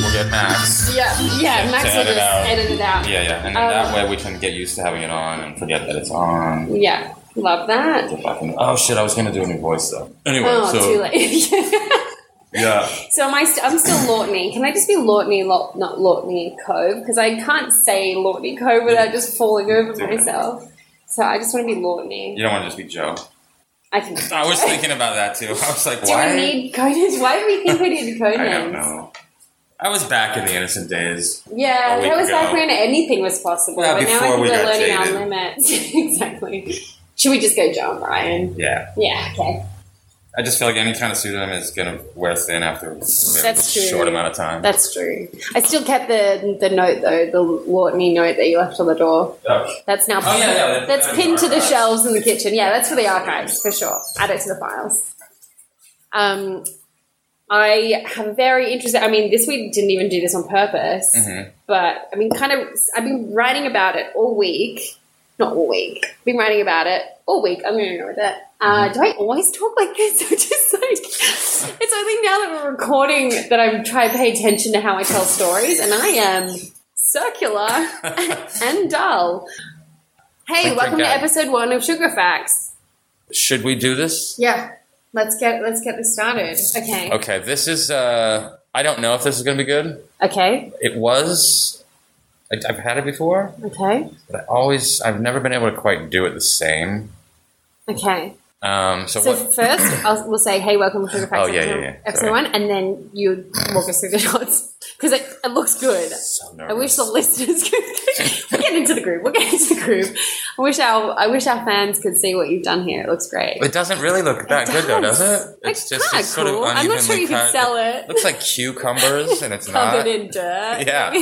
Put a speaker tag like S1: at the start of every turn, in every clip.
S1: Max.
S2: Yeah, yeah.
S1: To-
S2: Max
S1: to
S2: will
S1: edit
S2: just
S1: out.
S2: edit it out.
S1: Yeah, yeah. And then
S2: Um,
S1: that way we can get used to having it on and forget that it's on.
S2: Yeah, love that.
S1: If I can- Oh shit! I was gonna do a new voice though. Anyway,
S2: Oh,
S1: so
S2: too late.
S1: yeah,
S2: So am I st- I'm still Lortney. Can I just be Lortney, Lo- not Lortney Cove? Because I can't say Lortney Cove without just falling over
S1: Do it.
S2: myself. So I just want to be Lortney.
S1: you don't want to just be Joe.
S2: I can.
S1: I was thinking about that too. I was like,
S2: Do
S1: why?
S2: we need codenames? Why do we think we need codenames?
S1: I don't know. I was back in the innocent days.
S2: Yeah,
S1: A week
S2: that was back
S1: ago.
S2: when anything was possible.
S1: Yeah,
S2: but now I
S1: before
S2: think
S1: we
S2: we're
S1: got
S2: learning
S1: jaded.
S2: our limits. exactly. Should we just go John Ryan?
S1: Yeah,
S2: Yeah, okay.
S1: I just feel like any kind of pseudonym is gonna wear thin after a
S2: That's true.
S1: short amount of time.
S2: That's true. I still kept the the note though, the Lortney note that you left on the door.
S1: Oh,
S2: That's now
S1: Oh, yeah, yeah,
S2: that's
S1: that's
S2: pinned to the
S1: archives.
S2: shelves in the kitchen. Yeah, that's for the archives for sure. Add it to the files. Um, I have a very interesting. I mean, this week didn't even do this on purpose,
S1: mhm.
S2: but I mean, kind of. I've been writing about it all week. Not all week. I've been writing about it all week. I'm going to with it. Uh, do I always talk like this? I'm just like it's only now that we're recording that I'm trying to pay attention to how I tell stories, and I am circular and dull. Hey,
S1: Click,
S2: welcome
S1: click,
S2: to
S1: go.
S2: episode one of Sugar Facts.
S1: Should we do this?
S2: Yeah, let's get let's get this started. Okay.
S1: Okay, this is. uh I don't know if this is gonna be good.
S2: Okay.
S1: It was. I, I've had it before,
S2: Okay.
S1: but I always. I've never been able to quite do it the same.
S2: Okay.
S1: Um, so,
S2: So
S1: what?
S2: first, I'll, we'll say, "Hey, welcome to Sugar Facts."
S1: Oh, yeah,
S2: episode,
S1: yeah, yeah.
S2: episode
S1: Sorry.
S2: one, and then you walk us through the notes because it, it looks good.
S1: So nervous.
S2: I wish the listeners could we'll get into the group. We'll get into the group. I wish our I wish our fans could see what you've done here. It looks great.
S1: It doesn't really look that
S2: It
S1: good though, does
S2: does.
S1: it? It's
S2: It's
S1: just
S2: kinda
S1: it's sort of
S2: cool. I'm
S1: unevenly
S2: not sure you can
S1: cut.
S2: sell it.
S1: Looks like cucumbers, and it's
S2: Covered
S1: not.
S2: in dirt.
S1: Yeah.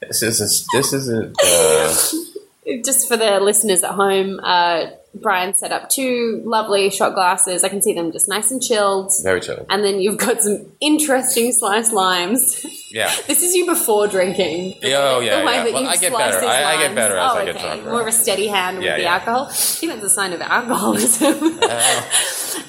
S1: This is a, this is a. Uh,
S2: Just for the listeners at home, uh, Brian set up two lovely shot glasses. I can see them just nice and chilled.
S1: very chill.
S2: And then you've got some interesting sliced limes.
S1: Yeah.
S2: This is you before drinking.
S1: Yeah, oh, yeah,
S2: The way
S1: yeah.
S2: that
S1: Well,
S2: you've
S1: I get better.
S2: sliced these
S1: I- I get
S2: limes.
S1: better as
S2: oh,
S1: I get
S2: okay.
S1: drunker.
S2: More of a steady hand
S1: Yeah,
S2: with the
S1: yeah.
S2: alcohol. I think that's a sign of alcoholism.
S1: Oh.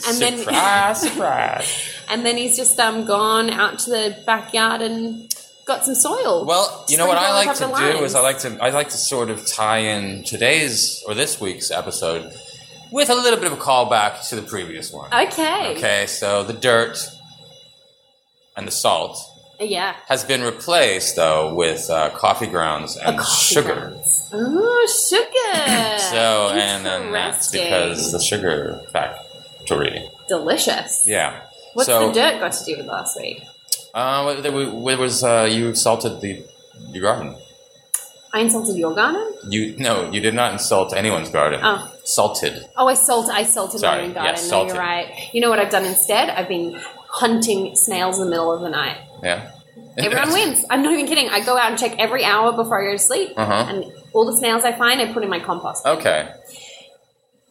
S2: and then,
S1: surprise, surprise.
S2: and then he's just um gone out to the backyard and got some soil.
S1: Well, you know what I
S2: Sprinkle
S1: like
S2: it up
S1: to
S2: the
S1: do
S2: lines.
S1: is I like to I like to sort of tie in today's or this week's episode with a little bit of a callback to the previous one.
S2: Oh, okay.
S1: Okay, so the dirt and the salt
S2: Yeah.
S1: has been replaced though with uh, coffee grounds and
S2: coffee
S1: sugar.
S2: grounds. Oh, sugar.
S1: So and then that's
S2: Interesting.
S1: because the sugar factory.
S2: delicious.
S1: Yeah.
S2: What's
S1: so,
S2: the dirt got to do with last week?
S1: Uh, there wa- there was uh, you salted the your garden.
S2: I insulted your garden.
S1: You no, you did not insult anyone's garden.
S2: Oh.
S1: Salted.
S2: Oh, I salt. I salted
S1: Sorry,
S2: my own
S1: yeah,
S2: garden. no,
S1: salted.
S2: you're right. You know what I've done instead? I've been hunting snails in the middle of the night.
S1: Yeah.
S2: Everyone wins. I'm not even kidding. I go out and check every hour before I go to sleep,
S1: Uh huh.
S2: and all the snails I find, I put in my compost.
S1: Okay.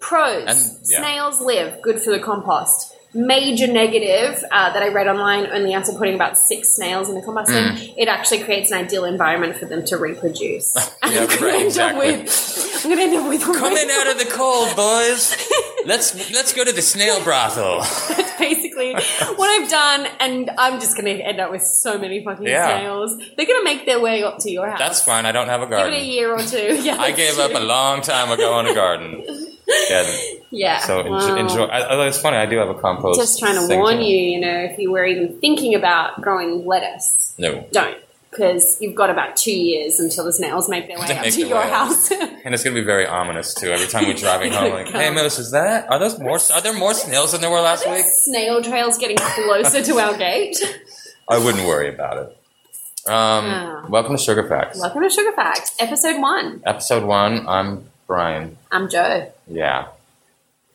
S2: Pros:
S1: Oh. And- yeah.
S2: snails live, good for the compost. Major negative uh, that I read online: only after putting about six snails in the compost bin,
S1: Mm.
S2: it actually creates an ideal environment for them to reproduce. And I'm
S1: right,
S2: gonna end up
S1: exactly.
S2: with- I'm going to end up with
S1: Coming out of the cold, boys. Let's let's go to the snail brothel.
S2: basically what I've done, and I'm just going to end up with so many fucking
S1: Yeah.
S2: snails. They're going to make their way up to your house.
S1: That's fine. I don't have a
S2: Give it a
S1: garden.
S2: year or two. Yeah,
S1: I
S2: that's
S1: gave up
S2: true.
S1: a long time ago on a garden. Yeah.
S2: Yeah.
S1: So enjoy.
S2: Wow.
S1: enjoy I, although it's funny, I do have a compost.
S2: Just trying to
S1: thing,
S2: warn
S1: too.
S2: you, you know, if you were even thinking about growing lettuce,
S1: No,
S2: don't. Because you've got about two years until the snails make their way
S1: They
S2: up
S1: make
S2: to
S1: their
S2: your
S1: way up.
S2: house.
S1: and it's gonna be very ominous too. Every time we're driving home, like,
S2: Come.
S1: hey, Mills, is that? Are those more? Are there more snails than there were last week?
S2: Snail trails getting closer to our gate.
S1: I wouldn't worry about it. Um,
S2: Ah.
S1: Welcome to Sugar Facts,
S2: Welcome to Sugar Facts, episode one.
S1: episode one. I'm Brian.
S2: I'm Joe.
S1: Yeah.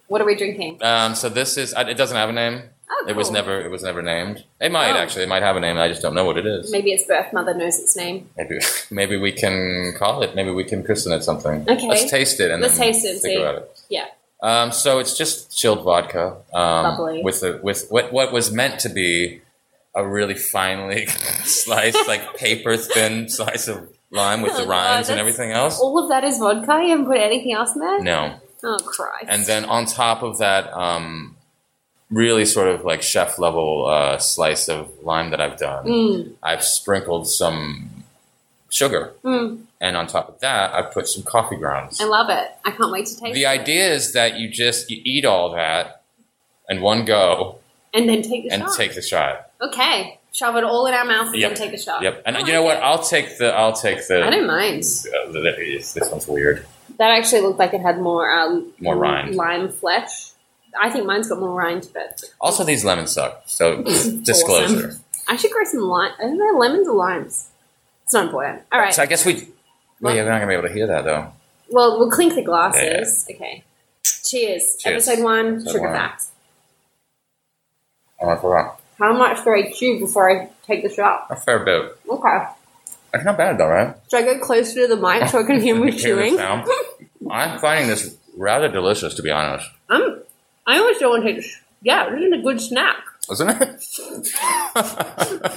S2: What are we drinking?
S1: Um, so this is. I- It doesn't have a name.
S2: Oh,
S1: It was
S2: cool.
S1: never. It was never named. It might
S2: Oh.
S1: actually. It might have a name. I just don't know what it is.
S2: Maybe its birth mother knows its name.
S1: Maybe. Maybe we can call it. Maybe we can christen it something.
S2: Okay.
S1: Let's taste it and
S2: Let's
S1: then
S2: taste it and
S1: think
S2: see.
S1: about it.
S2: Yeah.
S1: Um, so it's just chilled vodka um,
S2: Lovely.
S1: with a, with what what was meant to be a really finely sliced, like paper thin slice of lime with
S2: Oh,
S1: the
S2: God,
S1: rinds and
S2: that's-
S1: everything else.
S2: All of that is vodka. You haven't put anything else in there.
S1: No,
S2: Oh Christ!
S1: and then on top of that, um, really sort of like chef level uh, slice of lime that I've done,
S2: Mm,
S1: I've sprinkled some sugar,
S2: mm,
S1: and on top of that, I've put some coffee grounds.
S2: I love it. I can't wait to taste
S1: The
S2: it.
S1: idea is that you just you eat all that in one go
S2: And then take the
S1: and
S2: shot.
S1: take the shot.
S2: okay. Shove it all in our mouth and
S1: Yep.
S2: then take the shot.
S1: Yep. And
S2: I
S1: you know
S2: like
S1: what?
S2: it.
S1: I'll take the I'll take the.
S2: I don't mind.
S1: uh, the- the- this one's weird.
S2: That actually looked like it had more um,
S1: More rind.
S2: lime flesh. I think mine's got more rind to it.
S1: Also, these lemons suck. So disclosure.
S2: I should grow some lime. Are there lemons or limes? It's not important. All right.
S1: So I guess we. Well, yeah, we're not gonna be able to hear that though.
S2: Well, we'll clink the glasses. Okay. Cheers.
S1: Cheers.
S2: Episode one,
S1: Episode
S2: sugar
S1: one.
S2: facts.
S1: I'm like, wow,
S2: How much do I chew before I take the shot?
S1: a fair bit.
S2: Okay.
S1: It's not bad though, right?
S2: Should I go closer to the mic so I can hear me
S1: Hear this
S2: chewing?
S1: sound? I'm finding this rather delicious, to be honest.
S2: I'm, I always don't want to take a sh- Yeah, this is a good snack.
S1: Isn't it?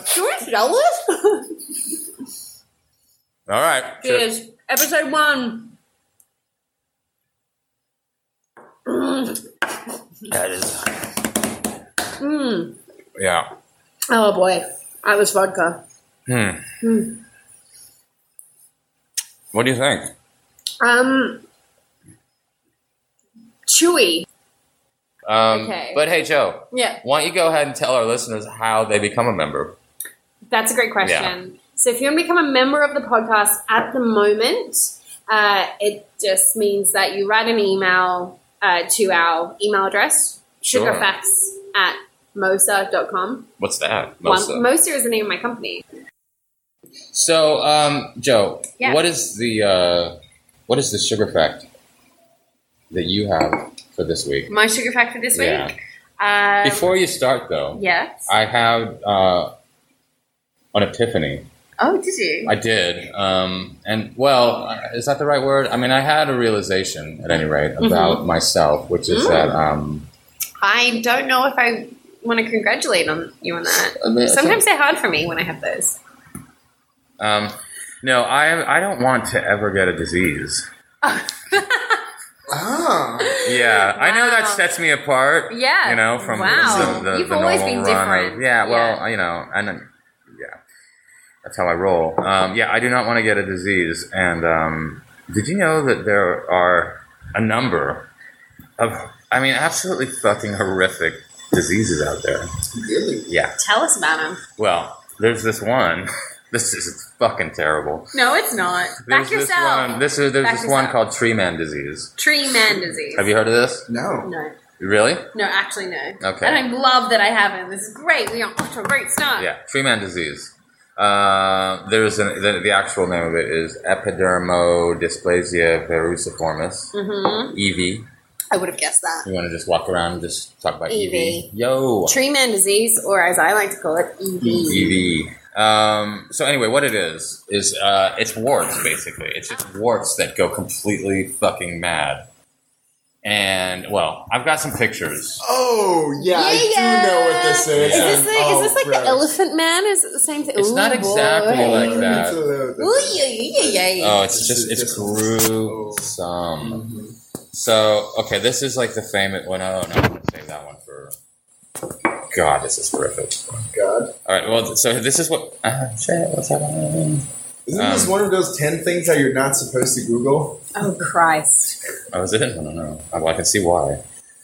S2: Should we sell this?
S1: All right.
S2: Cheers. Episode one.
S1: That is.
S2: Mm.
S1: Yeah.
S2: Oh boy. That was vodka.
S1: Hmm.
S2: Hmm.
S1: What do you think?
S2: Um, chewy.
S1: Um,
S2: Okay.
S1: But hey, Joe,
S2: Yeah,
S1: why don't you go ahead and tell our listeners how they become a member?
S2: that's a great question. So if you want to become a member of the podcast at the moment, uh, it just means that you write an email uh, to our email address,
S1: Sure.
S2: sugarfacts at mosa.com.
S1: What's that?
S2: Mosa.
S1: Mosa.
S2: Mosa is the name of my company.
S1: so, um, Joe,
S2: Yeah.
S1: what is the uh, what is the sugar fact that you have for this week?
S2: My sugar fact for this week?
S1: Yeah.
S2: Um,
S1: Before you start, though,
S2: yes.
S1: I have uh, an epiphany.
S2: oh, did you?
S1: I did, um, and well, uh, is that the right word? I mean, I had a realization, at any rate, about myself, which is
S2: Mm-hmm. Mm.
S1: that um,
S2: I don't know if I want to congratulate on you on that.
S1: I mean,
S2: Sometimes they're hard for me when I have those.
S1: um, no, I I don't want to ever get a disease.
S3: Oh.
S1: Yeah, I know that
S2: Wow.
S1: sets me apart.
S2: Yeah.
S1: you know, from the,
S2: wow.
S1: the,
S2: You've
S1: the
S2: always
S1: normal
S2: been
S1: run
S2: different.
S1: Of, yeah, well, you know, and uh, yeah, that's how I roll. Um, yeah, I do not want to get a disease. And um, did you know that there are a number of, I mean, absolutely fucking horrific diseases out there?
S3: Really?
S1: Yeah.
S2: Tell us about them.
S1: Well, there's this one. This is fucking terrible.
S2: No, it's not.
S1: There's
S2: Back
S1: this
S2: yourself.
S1: one. This is there's
S2: Back
S1: this one
S2: yourself.
S1: called tree man disease.
S2: Tree man disease.
S1: Have you heard of this?
S3: No.
S2: No.
S1: Really?
S2: No, actually, no.
S1: Okay.
S2: And I love that I haven't. This is great. We are off to a great start.
S1: Yeah, tree man disease. Uh, there's an, the, the actual name of it is epidermodysplasia verusiformis,
S2: Mm-hmm.
S1: EV.
S2: I would have guessed that.
S1: You want to just walk around and just talk about
S2: EV.
S1: EV? Yo,
S2: Tree man disease, or as I like to call it, E
S1: E
S2: EV.
S1: EV. Um, so anyway, what it is is uh, it's warts basically. It's just warts that go completely fucking mad. And well, I've got some pictures.
S3: Oh, yeah, I do
S2: Yeah.
S3: know what this
S2: Is
S3: is.
S2: this,
S3: And-
S2: the,
S3: oh,
S2: is this like
S3: gross.
S2: the elephant man? Is it the same thing?
S1: It's
S2: Ooh,
S1: not exactly
S2: boy.
S1: like that.
S3: It's a little-
S2: Ooh, yeah, yeah, yeah, yeah.
S1: Oh, it's just it's gruesome.
S3: Mhm.
S1: So okay, this is like the famous. Well, oh, no, no, I'm gonna save that one for. God, this is horrific.
S3: God.
S1: All right, well, so this is what. Uh, shit, what's happening?
S3: Isn't this
S1: Um,
S3: one of those 10 things that you're not supposed to Google?
S2: Oh, Christ.
S1: Oh, is it? I don't know. Well, I can see why.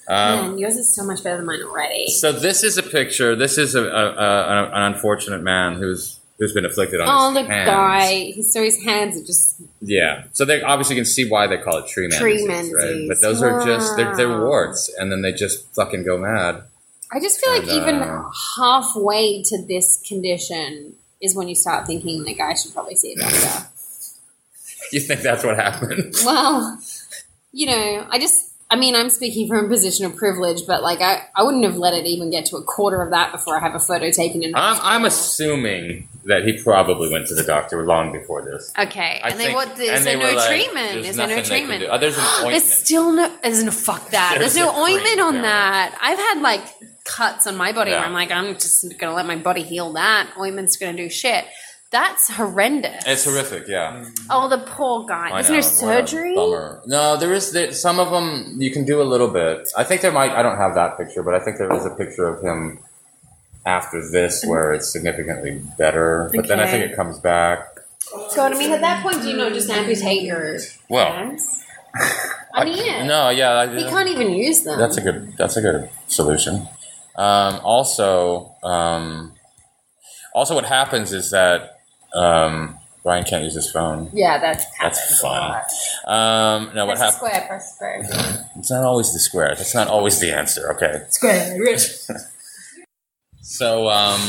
S1: Um,
S2: Man, yours is so much better than mine already.
S1: so this is a picture. This is a, a, a, an unfortunate man who's who's been afflicted on.
S2: Oh,
S1: his
S2: the
S1: hands.
S2: guy. He saw his hands are just.
S1: Yeah. So they obviously can see why they call it tree man
S2: Tree
S1: disease,
S2: man
S1: right?
S2: disease.
S1: But those are just they're, they're
S2: Wow.
S1: warts, and then they just fucking go mad.
S2: I just feel like
S1: And,
S2: even
S1: uh,
S2: halfway to this condition is when you start thinking, like, I should probably see a doctor.
S1: You think that's what happened?
S2: well, you know, I just. I mean, I'm speaking from a position of privilege, but like, I, I wouldn't have let it even get to a quarter of that before I have a photo taken in.
S1: I'm, I'm assuming that he probably went to the doctor long before this.
S2: Okay,
S1: I
S2: and then
S1: think-
S2: what?
S1: and
S2: Is
S1: they
S2: there
S1: were
S2: no
S1: like,
S2: treatment?
S1: there's
S2: Is there no
S1: nothing they can
S2: treatment?
S1: do. Oh, there's an ointment.
S2: There's still no. There's no fuck that. There's,
S1: There's
S2: no
S1: a cream,
S2: ointment on
S1: yeah.
S2: that. I've had like cuts on my body
S1: Yeah.
S2: where I'm like, I'm just gonna let my body heal that. Ointment's gonna do shit. That's horrendous.
S1: It's horrific, yeah.
S2: Oh, the poor guy.
S1: I
S2: There's no
S1: know, what a
S2: surgery.
S1: bummer. No, there is. There, some of them you can do a little bit. I think there might. I don't have that picture, but I think there is a picture of him after this where it's significantly better. But then I think
S2: Mm-hmm. Okay.
S1: it comes back.
S2: So I mean, at that point, do you not just amputate your
S1: Well,
S2: hands? I mean, it.
S1: no, yeah, I,
S2: he can't even use them.
S1: that's a good. That's a good solution. Um, also, um, also, what happens is that um, Brian can't use his phone.
S2: yeah, that's
S1: That's fun. Um, no, what
S2: Press
S1: happens?
S2: square, press square.
S1: It's not always the square. That's not always the answer. Okay.
S2: Square, rich.
S1: So, um,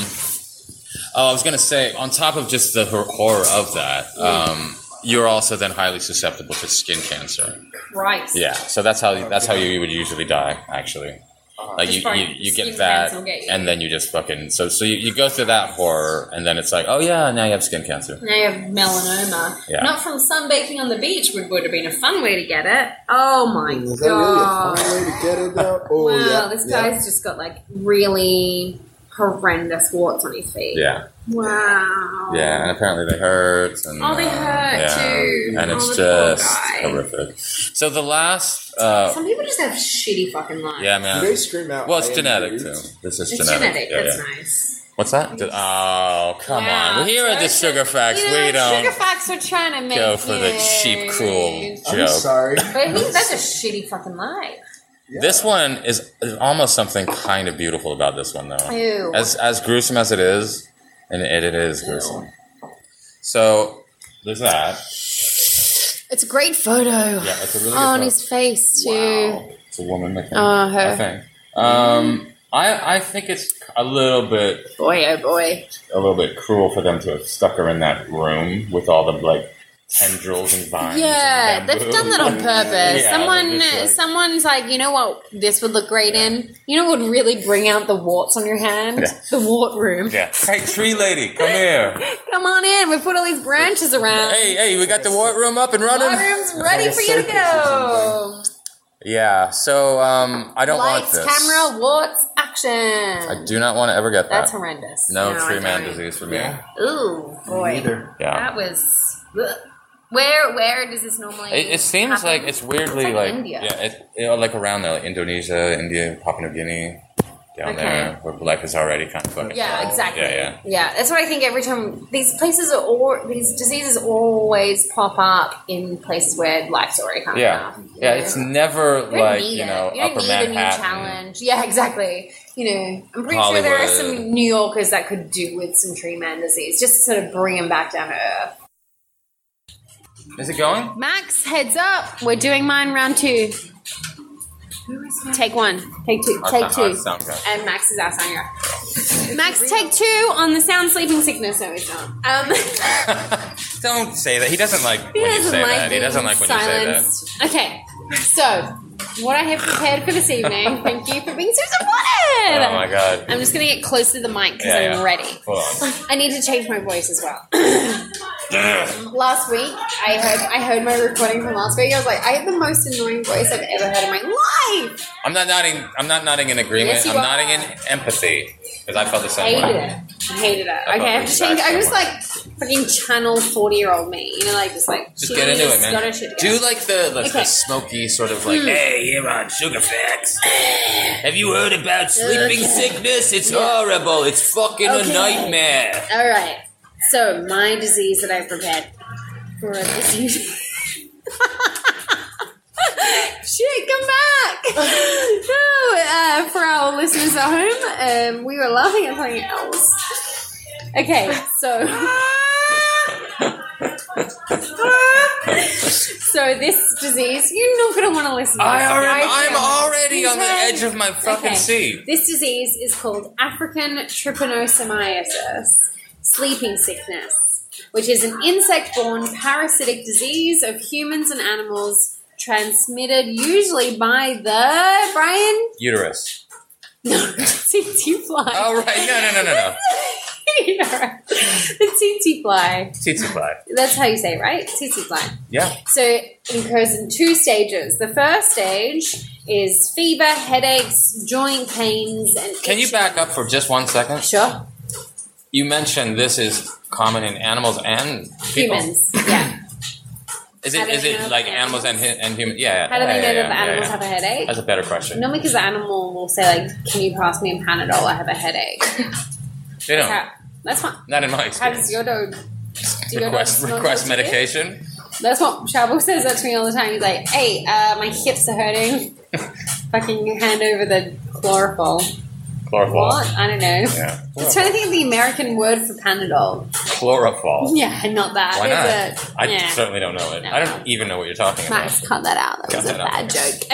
S1: oh, I was going to say, on top of just the hor- horror of that, um, you're also then highly susceptible to skin cancer.
S2: Christ.
S1: Yeah. So that's how that's how you would usually die, actually. Like you,
S2: Just
S1: you,
S2: fine.
S1: you
S2: Skin
S1: get that,
S2: cancer will get you.
S1: and then you just fucking so so you, you go through that horror, and then it's like, oh yeah, now you have skin cancer.
S2: Now you have melanoma.
S1: Yeah.
S2: Not from sunbaking on the beach, which would have been a fun way to get it. Oh my
S3: Is that really a
S2: god.
S3: fun way to get it though? Oh,
S2: wow,
S3: yeah.
S2: this
S3: yeah.
S2: guy's just got like really horrendous warts on his feet.
S1: Yeah,
S2: Wow.
S1: yeah, and apparently they hurt. And,
S2: Oh, they
S1: uh,
S2: hurt, too.
S1: And
S2: Oh,
S1: it's
S2: the poor
S1: just
S2: guy.
S1: horrific. So the last, uh,
S2: Some people just have shitty fucking lives.
S1: yeah,
S3: Do they
S1: man.
S3: scream out?
S1: Well, it's
S3: "I am
S1: genetic too.
S3: Groot"?
S1: This is
S2: It's
S1: genetic.
S2: genetic.
S1: Yeah,
S2: That's
S1: yeah.
S2: nice.
S1: What's that? Did- oh, come
S2: Wow,
S1: on. Here are the
S2: so-
S1: sugar facts.
S2: You know,
S1: we
S2: Sugar
S1: don't.
S2: facts are trying to make
S1: go for the
S2: you-
S1: cheap, cruel-
S3: I'm
S1: Joke.
S3: sorry.
S2: But he, that's a shitty fucking life.
S1: This one is is almost something kind of beautiful about this one, though.
S2: Ew.
S1: As as gruesome as it is, and it, it is gruesome. So there's that.
S2: It's a great photo.
S1: Yeah, it's a really good
S2: Oh, on
S1: photo.
S2: his face too.
S1: Wow. It's a woman, I think.
S2: Uh, her.
S1: I think. Um, I I think it's a little bit
S2: Boy, oh boy.
S1: a little bit cruel for them to have stuck her in that room with all the like tendrils and vines.
S2: Yeah,
S1: and
S2: they've
S1: bamboo.
S2: done that on purpose.
S1: Yeah,
S2: Someone,
S1: they're just like-
S2: someone's like, you know what? This would look great in. You know what would really bring out the warts on your hand?
S1: Yeah.
S2: The wart room.
S1: Yeah. Hey, tree lady, come here.
S2: Come on in. We put all these branches around.
S1: Hey, hey, we got the wart room up and running.
S2: Wart room's ready
S3: like a
S2: for you to
S3: circus or
S2: go.
S1: Yeah, so um, I don't
S2: Lights,
S1: want this.
S2: camera, warts, action.
S1: I do not want to ever get that.
S2: That's horrendous.
S1: No,
S2: I
S1: tree man
S2: don't.
S1: disease for me.
S3: Yeah.
S2: Ooh, boy.
S3: Neither.
S1: Yeah.
S2: That was. ugh. Where where does this normally?
S1: It, it seems
S2: happen?
S1: like it's weirdly
S2: It's like
S1: like,
S2: India.
S1: yeah, it, you know, like around there, like Indonesia, India, Papua New Guinea, down
S2: Okay.
S1: there where life is already kind of fucking.
S2: Yeah,
S1: horrible.
S2: exactly.
S1: Yeah, yeah.
S2: that's what I think every time these places are all these diseases always pop up in places where life's already kind
S1: Yeah,
S2: of
S1: yeah. It's never
S2: you
S1: like
S2: need
S1: you
S2: it.
S1: know
S2: you don't
S1: Upper
S2: need
S1: Manhattan.
S2: a new challenge. Yeah, exactly. You know, I'm pretty sure there are
S1: Hollywood.
S2: some New Yorkers that could do with some tree man disease, just to sort of bring him back down to earth.
S1: Is it going?
S2: Max, heads up, we're doing mine round two. Take one, take two,
S1: Hard
S2: take
S1: sound- hard
S2: two.
S1: sound cut.
S2: And Max is our sound guy. Max, take two on the sound sleeping sickness. No, it's not. Um,
S1: Don't say that. He doesn't like when
S2: he
S1: you
S2: doesn't
S1: say
S2: like
S1: that. He
S2: being
S1: doesn't like when
S2: silenced. Okay, so what I have prepared for this evening. thank you for being so
S1: you say
S2: supportive.
S1: that. Oh my god.
S2: I'm just gonna get close to the mic because
S1: Yeah,
S2: I'm
S1: yeah.
S2: ready.
S1: Hold on.
S2: I need to change my voice as well. last week, I heard I heard my recording from last week. I was like, I have the most annoying voice I've ever heard in my life.
S1: I'm not nodding. I'm not nodding in agreement.
S2: Yes, you
S1: I'm
S2: are.
S1: nodding in empathy because I felt the
S2: I
S1: same
S2: hated
S1: way.
S2: it. I hated it.
S1: I
S2: okay, I
S1: thought
S2: have to
S1: the
S2: change.
S1: exact
S2: I was
S1: same way.
S2: like fucking channel forty year old me. You know, like just like
S1: Just get into it, man. Do like the the,
S2: Okay. Hmm.
S1: the smoky sort of like, hey, here on Sugar Facts. Have you heard about sleeping
S2: Okay.
S1: sickness? It's
S2: Yeah.
S1: horrible. It's fucking
S2: Okay.
S1: a nightmare.
S2: All right. So my disease that I prepared for this evening. Shit, come back! no, uh, for our listeners at home, um, we were laughing at something else. Okay, so so this disease, you're not going to want to listen. to
S1: I
S2: this,
S1: already,
S2: I
S1: I'm
S2: feel.
S1: already on the
S2: Because-
S1: edge of my fucking
S2: Okay.
S1: seat.
S2: This disease is called African trypanosomiasis, sleeping sickness, which is an insect borne parasitic disease of humans and animals transmitted usually by the. Brian?
S1: Uterus.
S2: No, tsetse fly.
S1: All Oh, right, no, no, no, no, no.
S2: Alright. the tsetse fly.
S1: Tsetse fly.
S2: That's how you say it, right? Tsetse fly.
S1: Yeah.
S2: So it occurs in two stages. The first stage is fever, headaches, joint pains, and
S1: Can you
S2: itching.
S1: back up for just one second?
S2: Sure.
S1: You mentioned this is common in animals and people?
S2: humans. Yeah.
S1: Is
S2: How
S1: it
S2: do
S1: is
S2: they
S1: it
S2: know
S1: like
S2: that
S1: animals and hi- and human? Yeah.
S2: How do
S1: yeah,
S2: they know
S1: yeah,
S2: that the
S1: yeah,
S2: animals
S1: yeah.
S2: have a headache?
S1: That's a better question.
S2: Normally, because the animal will say like, "Can you pass me a Panadol? I have a headache."
S1: they don't.
S2: How- That's fine.
S1: Not in my
S2: How
S1: experience.
S2: does your dog? do your
S1: request
S2: dogs not
S1: request
S2: know what to do?
S1: medication.
S2: That's what Shabo says that to me all the time. He's like, "Hey, uh, my hips are hurting. Fucking hand over the chlorophyll."
S1: Chlorophyll.
S2: What? I don't know.
S1: Yeah.
S2: Just trying to think of the American word for Panadol.
S1: Chlorophyll.
S2: Yeah, not that.
S1: Why
S2: It's
S1: not? I
S2: a- yeah.
S1: certainly don't know it.
S2: No.
S1: I don't even know what you're talking about.
S2: Max, cut that out. That
S1: Cut
S2: was a
S1: that out.
S2: bad joke.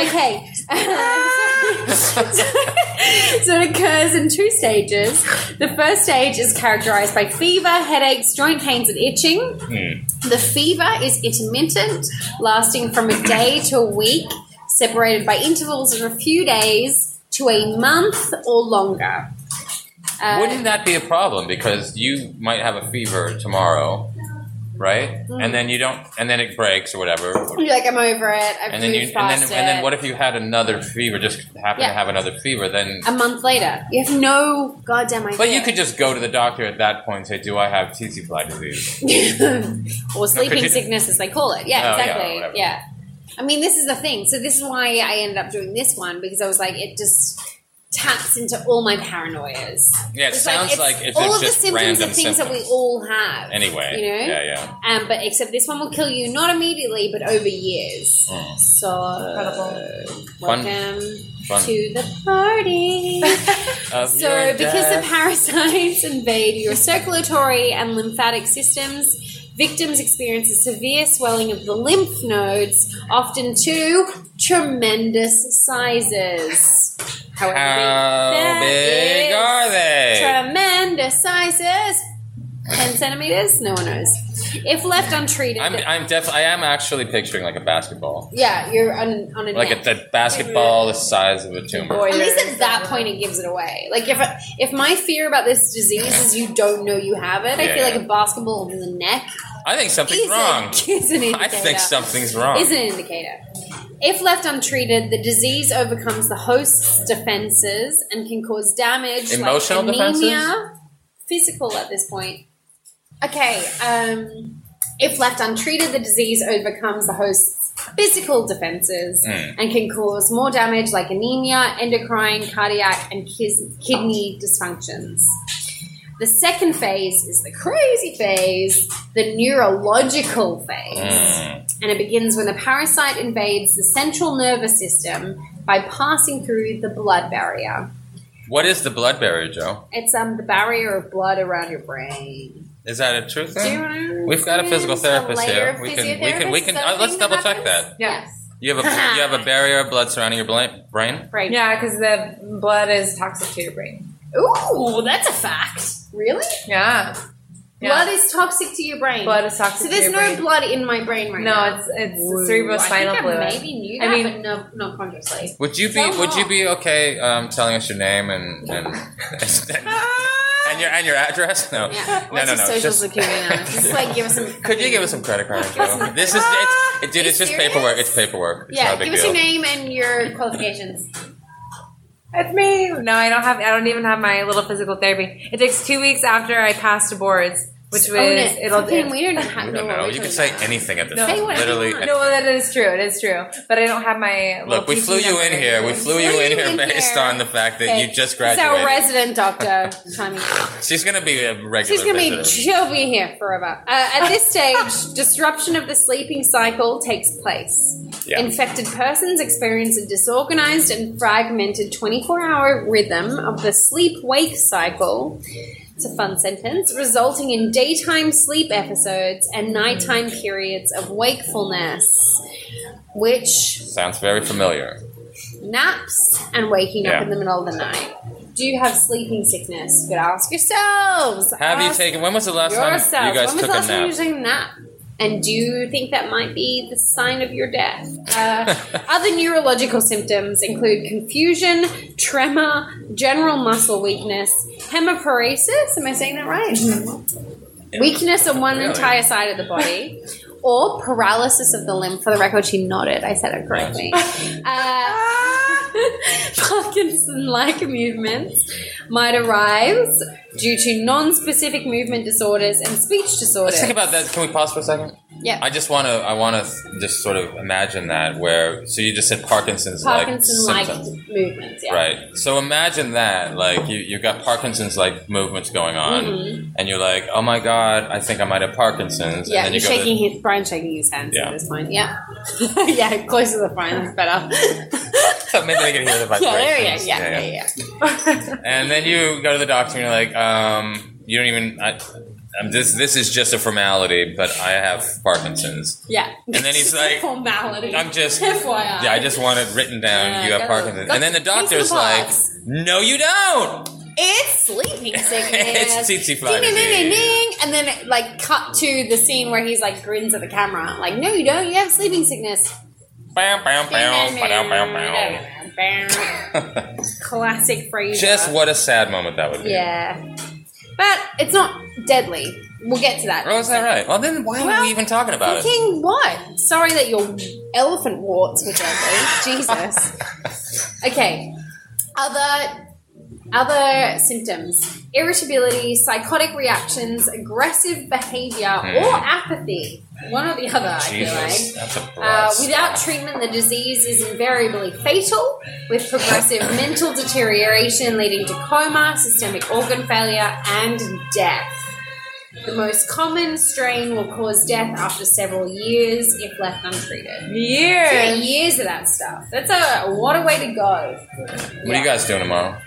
S2: Okay. so it occurs in two stages. The first stage is characterized by fever, headaches, joint pains, and itching.
S1: Hmm.
S2: The fever is intermittent, lasting from a day to a week, separated by intervals of a few days to a month or longer. Uh,
S1: Wouldn't that be a problem? Because you might have a fever tomorrow, right?
S2: Mm.
S1: And then you don't, and then it breaks or whatever.
S2: you're like, I'm over it. I've
S1: And then you,
S2: moved
S1: and
S2: past
S1: then, and then
S2: it."
S1: what if you had another fever? Just happen
S2: Yeah.
S1: to have another fever, then.
S2: a month later, you have no goddamn idea.
S1: But you could just go to the doctor at that point and say, "Do I have tsetse fly disease?"
S2: or sleeping
S1: you-
S2: sickness, as they call it. Yeah,
S1: Oh, yeah,
S2: exactly. Yeah,
S1: whatever.
S2: I mean, this is the thing. So this is why I ended up doing this one because I was like, it just taps into all my paranoias.
S1: Yeah, it
S2: It's
S1: sounds like,
S2: it's-
S1: it's
S2: all
S1: just
S2: of the symptoms
S1: random
S2: are things that we
S1: symptoms.
S2: all have.
S1: Anyway,
S2: you know.
S1: yeah, yeah.
S2: Um, but except this one will kill you not immediately, but over years. So
S1: Mm. Fun.
S2: welcome
S1: Fun.
S2: to the party.
S1: Of
S2: So,
S1: your
S2: because the
S1: death.
S2: parasites invade your circulatory and lymphatic systems, victims experience a severe swelling of the lymph nodes, often to tremendous sizes. However,
S1: how
S2: that
S1: big
S2: is
S1: are they?
S2: Tremendous sizes. 10 centimeters? No one knows. If left untreated.
S1: I'm, I'm def- I am actually picturing like a basketball,
S2: yeah, you're on, on a
S1: like a
S2: net.
S1: the basketball the size of a tumor.
S2: At least at that point, it gives it away. Like if if my fear about this disease is you don't know you have it, I
S1: Yeah,
S2: feel like
S1: yeah.
S2: a basketball in the neck
S1: I think something's
S2: is,
S1: wrong.
S2: A, is an indicator.
S1: I think something's wrong.
S2: is an indicator. If left untreated, the disease overcomes the host's defenses and can cause damage,
S1: Emotional
S2: like anemia,
S1: defenses?
S2: physical at this point. Okay. Um, if left untreated, the disease overcomes the host's physical defenses and can cause more damage, like anemia, endocrine, cardiac, and kis- kidney dysfunctions. The second phase is the crazy phase, the neurological phase
S1: Hmm.
S2: and it begins when the parasite invades the central nervous system by passing through the blood barrier.
S1: What is the blood barrier, Joe?
S2: It's um the barrier of blood around your brain.
S1: Is that a true
S2: Do you
S1: thing?
S2: know what
S1: We've got a
S2: I'm
S1: physical
S2: saying?
S1: therapist
S2: It's a layer
S1: here.
S2: of
S1: We can we can we can
S2: physiotherapists,
S1: uh, let's
S2: something
S1: double check
S2: happens?
S1: that.
S4: Yes.
S1: You have a you have a barrier of blood surrounding your bla- brain.
S2: Right.
S4: Yeah, because the blood is toxic to your brain.
S2: Ooh, that's a fact. Really?
S4: Yeah.
S2: Blood is toxic to your brain.
S4: Blood is toxic
S2: so
S4: to
S2: there's
S4: your
S2: no
S4: brain.
S2: blood in my brain right now.
S4: No, it's it's
S2: Ooh, I think
S4: cerebrospinal
S2: I
S4: fluid.
S2: maybe knew that,
S4: I
S2: but
S4: mean-
S2: no, not consciously.
S1: Would you be
S2: So
S1: would you
S2: long.
S1: be okay um, telling us your name and and and your and your address? No,
S2: Yeah.
S1: no, no, no.
S2: social
S1: just-
S2: security number? Just like give us some.
S1: Could you give us some credit card info? This is it's, it, dude.
S2: Are
S1: It's
S2: you
S1: just
S2: serious?
S1: paperwork. It's paperwork. It's not
S2: Yeah,
S1: a big
S2: give us
S1: deal.
S2: your name and your qualifications.
S4: It's me. No, I don't have. I don't even have my little physical therapy. It takes two weeks after I passed boards, which was
S2: Own it.
S4: it'll.
S2: Oh, Fucking we don't have
S1: I don't know. You can say anything at this.
S4: No.
S1: point.
S2: Say whatever
S1: Literally.
S2: you want.
S4: no, that is true. It is true. But I don't have my.
S1: Look,
S4: little
S1: we
S4: PT
S1: flew you in
S4: number.
S1: here. We flew you in here
S2: in
S1: based
S2: here.
S1: on the fact that you just
S2: He's our
S1: graduated.
S2: resident doctor. Tommy.
S1: She's gonna be a regular
S2: She's gonna be
S1: visitor.
S2: she'll be here forever. Uh, at this stage, disruption of the sleeping cycle takes place.
S1: Yeah.
S2: Infected persons experience a disorganized and fragmented 24-hour rhythm of the sleep-wake cycle. It's a fun sentence, resulting in daytime sleep episodes and nighttime
S1: Hmm.
S2: periods of wakefulness, which
S1: Sounds very familiar.
S2: naps and waking up
S1: Yeah.
S2: in the middle of the night. Do you have sleeping sickness? You could ask yourselves.
S1: Have you
S2: Ask
S1: taken? When was the last time
S2: yourselves?
S1: you guys
S2: when was
S1: took
S2: the
S1: a
S2: last time you
S1: nap?
S2: took a nap? And do you think that might be the sign of your death? Uh, other neurological symptoms include confusion, tremor, general muscle weakness, hemiparesis. Am I saying that right? Weakness of one
S1: Mm-hmm. Really?
S2: entire side of the body. Or paralysis of the limb. For the record, she nodded. I said it correctly. Uh, Parkinson-like movements might arise due to non-specific movement disorders and speech disorders.
S1: Let's think about that. Can we pause for a second?
S2: Yeah.
S1: I just want to. I want to just sort of imagine that where. So you just said Parkinson's like
S2: Parkinson-like
S1: symptoms,
S2: movements. Yeah.
S1: right? So imagine that. Like you, you've got Parkinson's like movements going on, and you're like, oh my god, I think I might have Parkinson's.
S2: Mm-hmm.
S1: and
S2: Yeah,
S1: then you
S2: he's
S1: go
S2: shaking his Brian's shaking his hands
S1: Yeah.
S2: at this point. Yeah, yeah, close to the Brian, that's better.
S1: To, so maybe they can hear the
S2: yeah, there you go.
S1: vibrations.
S2: Yeah, yeah, yeah.
S1: And then you go to the doctor, and you're like, um, you don't even. I, I'm this this is just a formality, but I have Parkinson's.
S2: Yeah.
S1: And then he's like,
S2: formality.
S1: I'm just
S2: FYI.
S1: Yeah, I just want it written down.
S2: Yeah,
S1: you have
S2: gotta-
S1: Parkinson's.
S2: gotta
S1: And then the
S2: fix the
S1: doctor's like,
S2: box.
S1: no, you don't.
S2: It's sleeping sickness.
S1: it's tsetse fly
S2: Ding, ding, ding, ding,
S1: disease.
S2: ding. And then it, like cut to the scene where he's like grins at the camera, like, "No, you don't. You have sleeping sickness."
S1: Bam, bam, bam, bam, bam, bam.
S2: Classic phrase.
S1: Just what a sad moment that would be.
S2: Yeah, but it's not deadly. We'll get to that.
S1: Oh, is that right? Well, then why are
S2: Well,
S1: we even talking about it?
S2: Thinking what? Sorry that your elephant warts were deadly. Jesus. Okay. Other other symptoms: irritability, psychotic reactions, aggressive behavior, or apathy. One or the other. I feel like.
S1: Hmm. Jesus, that's a broad
S2: Uh, without
S1: swath.
S2: treatment, the disease is invariably fatal, with progressive mental deterioration leading to coma, systemic organ failure, and death. The most common strain will cause death after several years if left untreated. Yeah,
S4: Years.
S2: years of that stuff. That's a what a way to go.
S1: What are you guys doing tomorrow?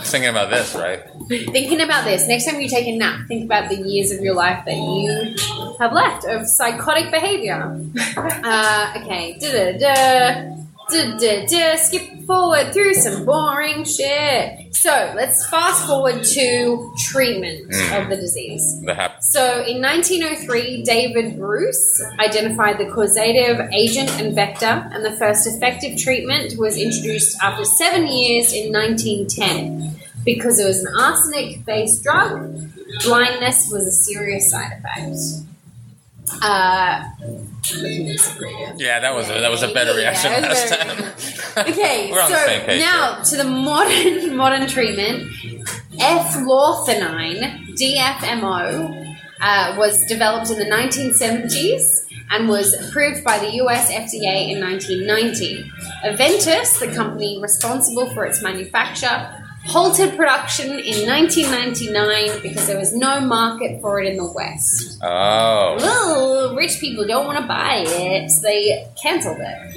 S1: Thinking about this, right?
S2: Thinking about this, next time you take a nap, think about the years of your life that you have left of psychotic behavior. Uh, okay, da-da-da, da-da-da, skip forward through some boring shit. So let's fast forward to treatment of the disease.
S1: The hap-
S2: So in 1903, David Bruce identified the causative agent and vector, and the first effective treatment was introduced after seven years in 1910 because it was an arsenic based drug. Blindness was a serious side effect. Uh, we can disagree.
S1: yeah, that was a, that was a better
S2: Yeah,
S1: reaction
S2: that was
S1: last
S2: very
S1: time.
S2: Okay,
S1: We're on
S2: so
S1: the same page
S2: now to the modern modern treatment, F-lorphanine (DFMO) uh, was developed in the 1970s and was approved by the U.S. FDA in 1990. Aventis, the company responsible for its manufacture, halted production in 1999 because there was no market for it in the West.
S1: Oh,
S2: Ooh, rich people don't want to buy it, so they cancelled it.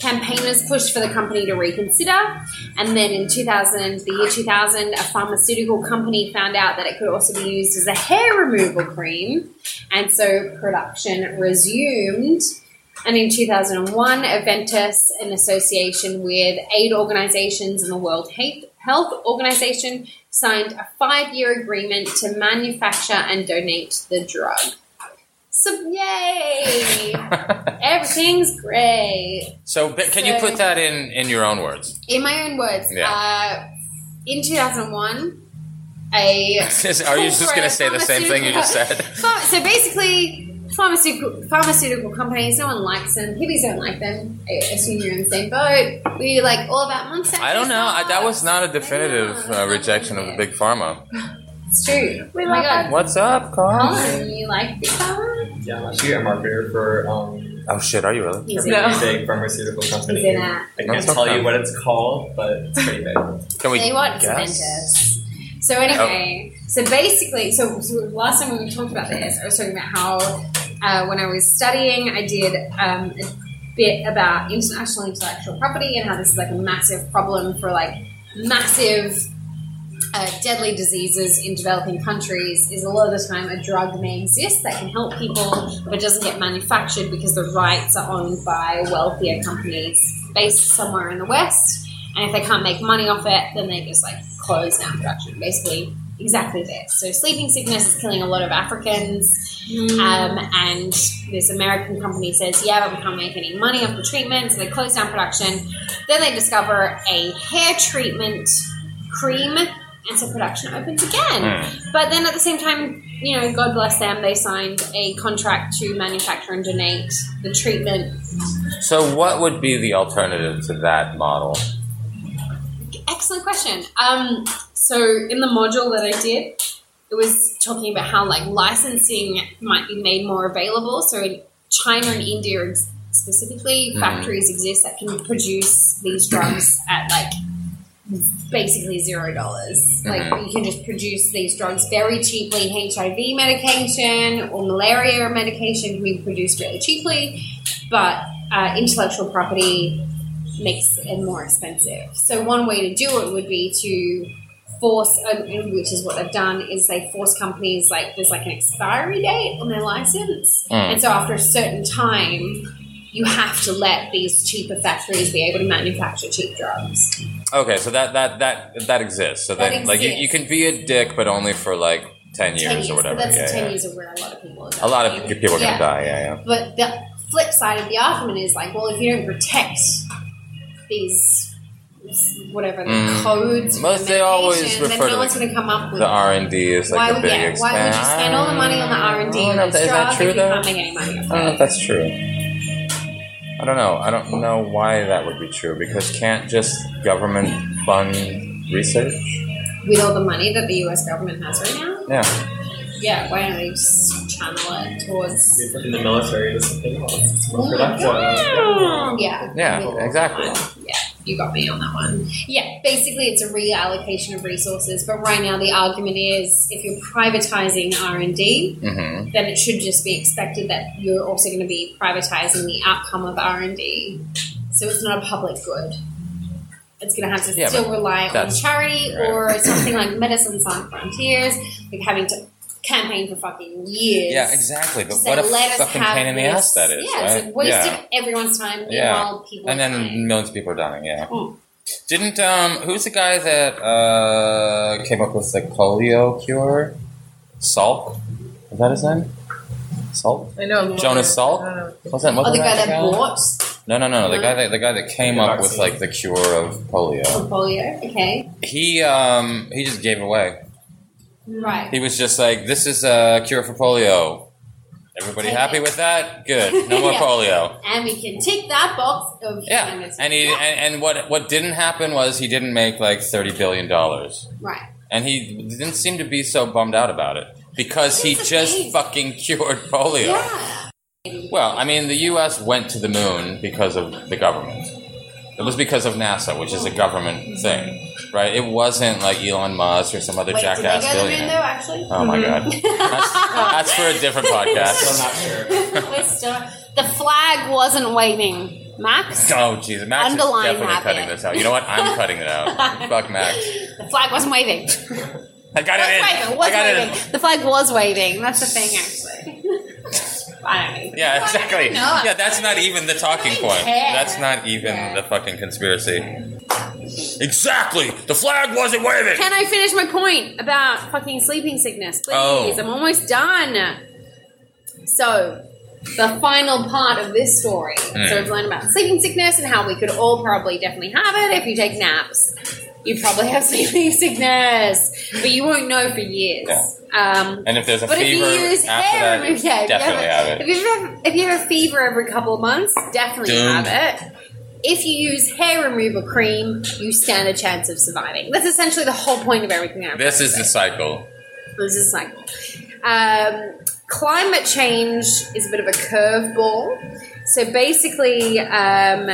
S2: Campaigners pushed for the company to reconsider, and then in 2000, the year 2000, a pharmaceutical company found out that it could also be used as a hair removal cream, and so production resumed. And in 2001, Aventus, an association with aid organizations and the World Health- Health Organization, signed a five year agreement to manufacture and donate the drug. So, yay! Everything's great.
S1: so but can you
S2: So-
S1: put that in in your own words?
S2: In my own words,
S1: Yeah.
S2: uh, in 2001,
S1: Are
S2: a
S1: you just going to say the same thing you just said?
S2: Pharma- so basically, pharmaceutical, pharmaceutical companies, no one likes them. Hippies don't like them. I assume you're in the same boat. We like all about Monsanto.
S1: I don't know. I, that was
S2: stuff.
S1: not a definitive uh, rejection of the big pharma.
S2: It's true.
S4: We
S2: oh my
S4: love
S2: god.
S1: What's up, Carl?
S2: Colin, you like big pharma?
S5: Yeah, I'm actually a marketer for um,
S1: Oh shit, are you really?
S2: He's
S5: a
S4: No.
S5: pretty big pharmaceutical
S2: He's
S5: company.
S2: in
S5: I
S2: that.
S5: can't tell you what it's called, but it's pretty big.
S1: Can we?
S2: They want
S1: guess? Oh.
S2: Aventus. So anyway, so basically, so, so last time when we talked about this, I was talking about how uh, when I was studying, I did um, a bit about international intellectual property and how this is like a massive problem for like massive uh, deadly diseases in developing countries is a lot of the time a drug may exist that can help people but doesn't get manufactured because the rights are owned by wealthier companies based somewhere in the West. And if they can't make money off it, then they just like close down production. Basically, exactly this. So, sleeping sickness is killing a lot of Africans. Um, and this American company says, yeah, but we can't make any money off the treatment. So, they close down production. Then they discover a hair treatment cream and so production opens again.
S1: Hmm.
S2: But then at the same time, you know, God bless them, they signed a contract to manufacture and donate the treatment
S1: So, what would be the alternative to that model?
S2: Excellent question. Um, so in the module that I did, it was talking about how like licensing might be made more available. So in China and India ex- specifically,
S1: Mhm.
S2: factories exist that can produce these drugs at like basically zero dollars. Like you can just produce these drugs very cheaply. HIV medication or malaria medication can be produced really cheaply, but uh, intellectual property makes it more expensive. So one way to do it would be to force, and- and which is what they've done, is they force companies like there's like an expiry date on their license,
S1: Mm.
S2: and so after a certain time, you have to let these cheaper factories be able to manufacture cheap drugs.
S1: Okay, so that that that that exists. So
S2: That
S1: then, like, you, you can be a dick, but only for like ten years,
S2: ten years,
S1: or
S2: but
S1: whatever.
S2: that's
S1: yeah,
S2: ten
S1: yeah.
S2: years of where a lot of people are.
S1: A lot of
S2: dying.
S1: people are
S2: Yeah.
S1: gonna die. Yeah, yeah.
S2: But the flip side of the argument is like, well, if you don't protect these, whatever the
S1: Mm.
S2: codes, for
S1: Most-
S2: the
S1: they always
S2: medication,
S1: refer
S2: then
S1: to
S2: no one's
S1: the-
S2: going to come up with
S1: The R and D is like
S2: why
S1: a
S2: would,
S1: big Mm.
S2: yeah,
S1: expense.
S2: why would you spend all the money on the R and D
S1: I
S2: on
S1: don't know if
S2: this
S1: that- is
S2: drug
S1: that
S2: if
S1: true
S2: you
S1: though?
S2: can't make any money
S1: I
S2: off
S1: don't know if
S2: it?
S1: that's true. I don't know. I don't know why that would be true because can't just government fund research?
S2: With all the money that the U.S. government has right now,
S1: Yeah.
S2: yeah, why don't they just channel it towards?
S5: in the military to something else. It's
S2: Oh
S5: more productive.
S2: Yeah,
S1: Yeah,
S2: Middle
S1: exactly.
S2: one. Yeah, you got me on that one. Yeah, basically, it's a reallocation of resources. But right now, the argument is if you're privatizing R and D,
S1: Mm-hmm.
S2: then it should just be expected that you're also going to be privatizing the outcome of R and D. So it's not a public good. It's going to have to
S1: Yeah,
S2: still rely on
S1: that's-
S2: charity
S1: right.
S2: or something like Medicine Sans Frontiers, like having to campaign for fucking years.
S1: Yeah, exactly. But
S2: Just
S1: what
S2: like,
S1: a
S2: let us
S1: fucking
S2: have
S1: pain in the
S2: this-
S1: ass that is,
S2: Yeah,
S1: right?
S2: it's like wasting
S1: yeah.
S2: everyone's time.
S1: Yeah.
S2: Meanwhile, people
S1: And
S2: are dying.
S1: then millions of people are dying. Yeah.
S2: Mm.
S1: Didn't um, who's the guy that uh came up with the polio cure? Salk, is that his name? Salk.
S4: I know.
S1: Jonas Salk?
S4: I don't know.
S1: What's that?
S2: oh,
S1: Wasn't
S2: the guy
S1: that
S2: that
S1: the
S2: bought
S1: No, no, no. The
S2: No.
S1: guy that the guy that came
S5: The
S1: up with
S5: vaccine.
S1: like the cure of polio.
S2: portfolio. Okay,
S1: He um he just gave away.
S2: right.
S1: He was just like, this is a cure for polio. Everybody
S2: Take
S1: happy
S2: it.
S1: with that? Good. No more
S2: Yeah.
S1: polio.
S2: And we can tick that box of
S1: Yeah, and he and, and what what didn't happen was he didn't make like thirty billion dollars,
S2: right.
S1: and he didn't seem to be so bummed out about it because he
S2: That's
S1: just
S2: amazing.
S1: fucking cured polio.
S2: Yeah.
S1: Well, I mean, the U.S. went to the moon because of the government. It was because of NASA, which is a government thing, right? It wasn't like Elon Musk or some other
S2: Wait, did they
S1: jackass
S2: go to the moon though?
S1: billionaire.
S2: Actually.
S1: Oh my god,
S2: Mm-hmm.
S1: that's, that's for a different
S5: Still
S1: podcast.
S5: not sure.
S2: We're still, the flag wasn't waving, Max.
S1: Oh jeez, Max
S2: Underline
S1: is definitely
S2: that
S1: cutting
S2: bit.
S1: this out. You know what? I'm cutting it out. Fuck Max.
S2: The flag wasn't waving. Was
S1: I got it in.
S2: waving. Was
S1: I got it in.
S2: waving. The flag was waving. That's the thing, actually. I don't know.
S1: Yeah, exactly.
S2: No.
S1: Yeah, that's not even the talking
S2: Nobody
S1: point.
S2: cares.
S1: That's not even
S2: Yeah.
S1: the fucking conspiracy. Exactly. The flag wasn't waving.
S2: Can I finish my point about fucking sleeping sickness? Please,
S1: Oh.
S2: I'm almost done. So, the final part of this story.
S1: Hmm.
S2: So, we've learned about sleeping sickness and how we could all probably definitely have it if you take naps. You probably have sleeping sickness, but you won't know for years.
S1: Yeah.
S2: Um,
S1: And if there's a
S2: but if
S1: fever
S2: you use
S1: after
S2: hair
S1: that,
S2: removal, yeah, if you
S1: definitely have
S2: have, a-
S1: it.
S2: If you have if you have a fever every couple of months, definitely
S1: Doomed.
S2: have it. If you use hair removal cream, you stand a chance of surviving. That's essentially the whole point of everything. I've
S1: This is the cycle.
S2: this is cycle. Um, climate change is a bit of a curveball. So basically, um,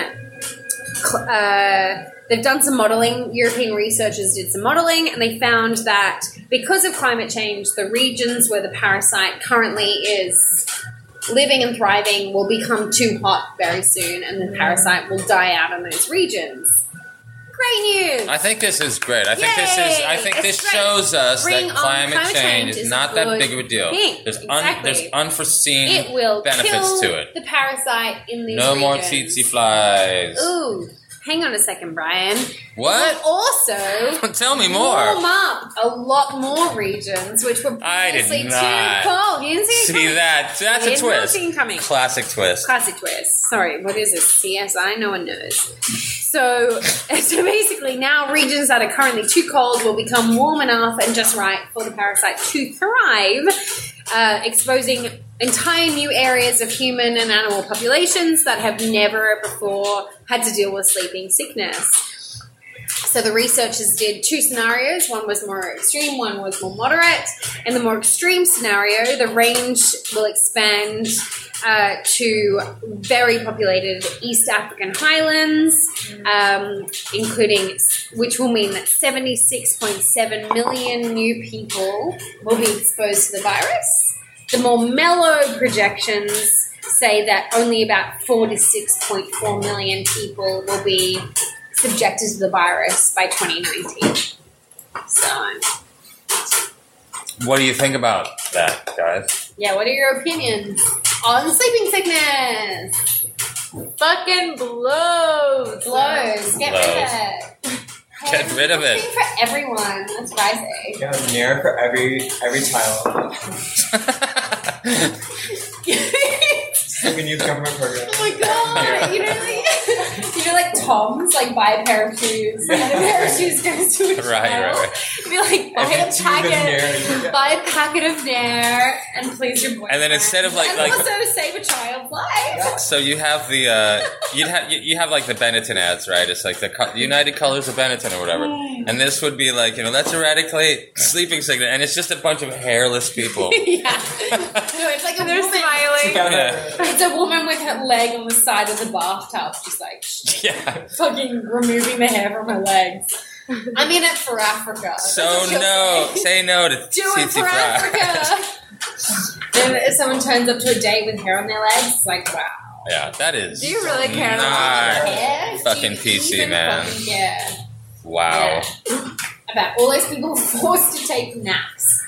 S2: cl- uh, they've done some modeling. European researchers did some modeling, and they found that because of climate change, the regions where the parasite currently is living and thriving will become too hot very soon, and the parasite will die out in those regions. Great news!
S1: I think this is great. I think this is. I
S2: Yay!
S1: think
S2: It's
S1: this
S2: great.
S1: shows us
S2: Bring
S1: that
S2: on
S1: climate,
S2: climate
S1: change
S2: change
S1: is
S2: is
S1: not
S2: a
S1: that
S2: good
S1: big of a deal.
S2: thing.
S1: There's un,
S2: Exactly.
S1: there's unforeseen
S2: it will
S1: benefits
S2: kill
S1: to it.
S2: the parasite in these
S1: No more
S2: regions.
S1: tsetse flies.
S2: Ooh, hang on a second, Brian.
S1: What?
S2: Also,
S1: Tell me more.
S2: warm up a lot more regions, which were
S1: I did
S2: previously
S1: not
S2: too cold. You didn't see, it
S1: See
S2: coming.
S1: that? That's
S2: You
S1: a
S2: did not see
S1: twist.
S2: it coming.
S1: Classic twist.
S2: Classic twist. Sorry, what is this? CSI? No one knows. So, so basically, now regions that are currently too cold will become warm enough and just right for the parasite to thrive, uh, exposing entire new areas of human and animal populations that have never before had to deal with sleeping sickness. So the researchers did two scenarios. One was more extreme, one was more moderate. In the more extreme scenario, the range will expand uh, to very populated East African highlands, um, including, which will mean that 76.7 million new people will be exposed to the virus. The more mellow projections say that only about 46.4 million people will be subjected to the virus by 2019. So,
S1: What do you think about that, guys?
S2: yeah, what are your opinions on sleeping sickness?
S4: Fucking blows.
S2: Blows, get rid of it.
S1: Get
S2: Hey,
S1: rid of it.
S2: it's good For everyone, that's what I say.
S5: Yeah, mirror for every every child. So we can use government programs.
S2: Oh my god! You know, like, you know, like Tom's, like buy a pair of shoes, and a pair of shoes goes to a
S1: right, right,
S2: child.
S1: right.
S2: Be like, buy
S5: Every
S2: a
S5: tube in
S2: packet,
S5: Nair, you-
S2: buy a packet of Nair, and please your boyfriend.
S1: And then instead of, like-
S2: and
S1: like-
S2: also save a child's life.
S1: So you have the uh, you'd have you, you have like the Benetton ads, right? It's like the co- United Colors of Benetton or whatever. And this would be like you know let's eradicate sleeping sickness, and it's just a bunch of hairless people.
S2: yeah. No, it's like a
S4: They're
S2: woman.
S4: smiling.
S1: Yeah.
S2: It's a woman with her leg on the side of the bathtub, just like
S1: yeah.
S2: fucking removing the hair from her legs. I mean it for Africa. That's
S1: So
S2: what she'll
S1: no,
S2: say.
S1: say no to
S2: Do it for
S1: tsetse fry.
S2: Africa. and if someone turns up to a date with hair on their legs, it's like, wow.
S1: Yeah, that is.
S4: Do you really care
S1: not-
S4: about
S2: Hair?
S1: Fucking
S2: Do you
S1: PC,
S2: even
S1: man.
S2: fucking care
S1: Wow.
S2: About all those people forced to take naps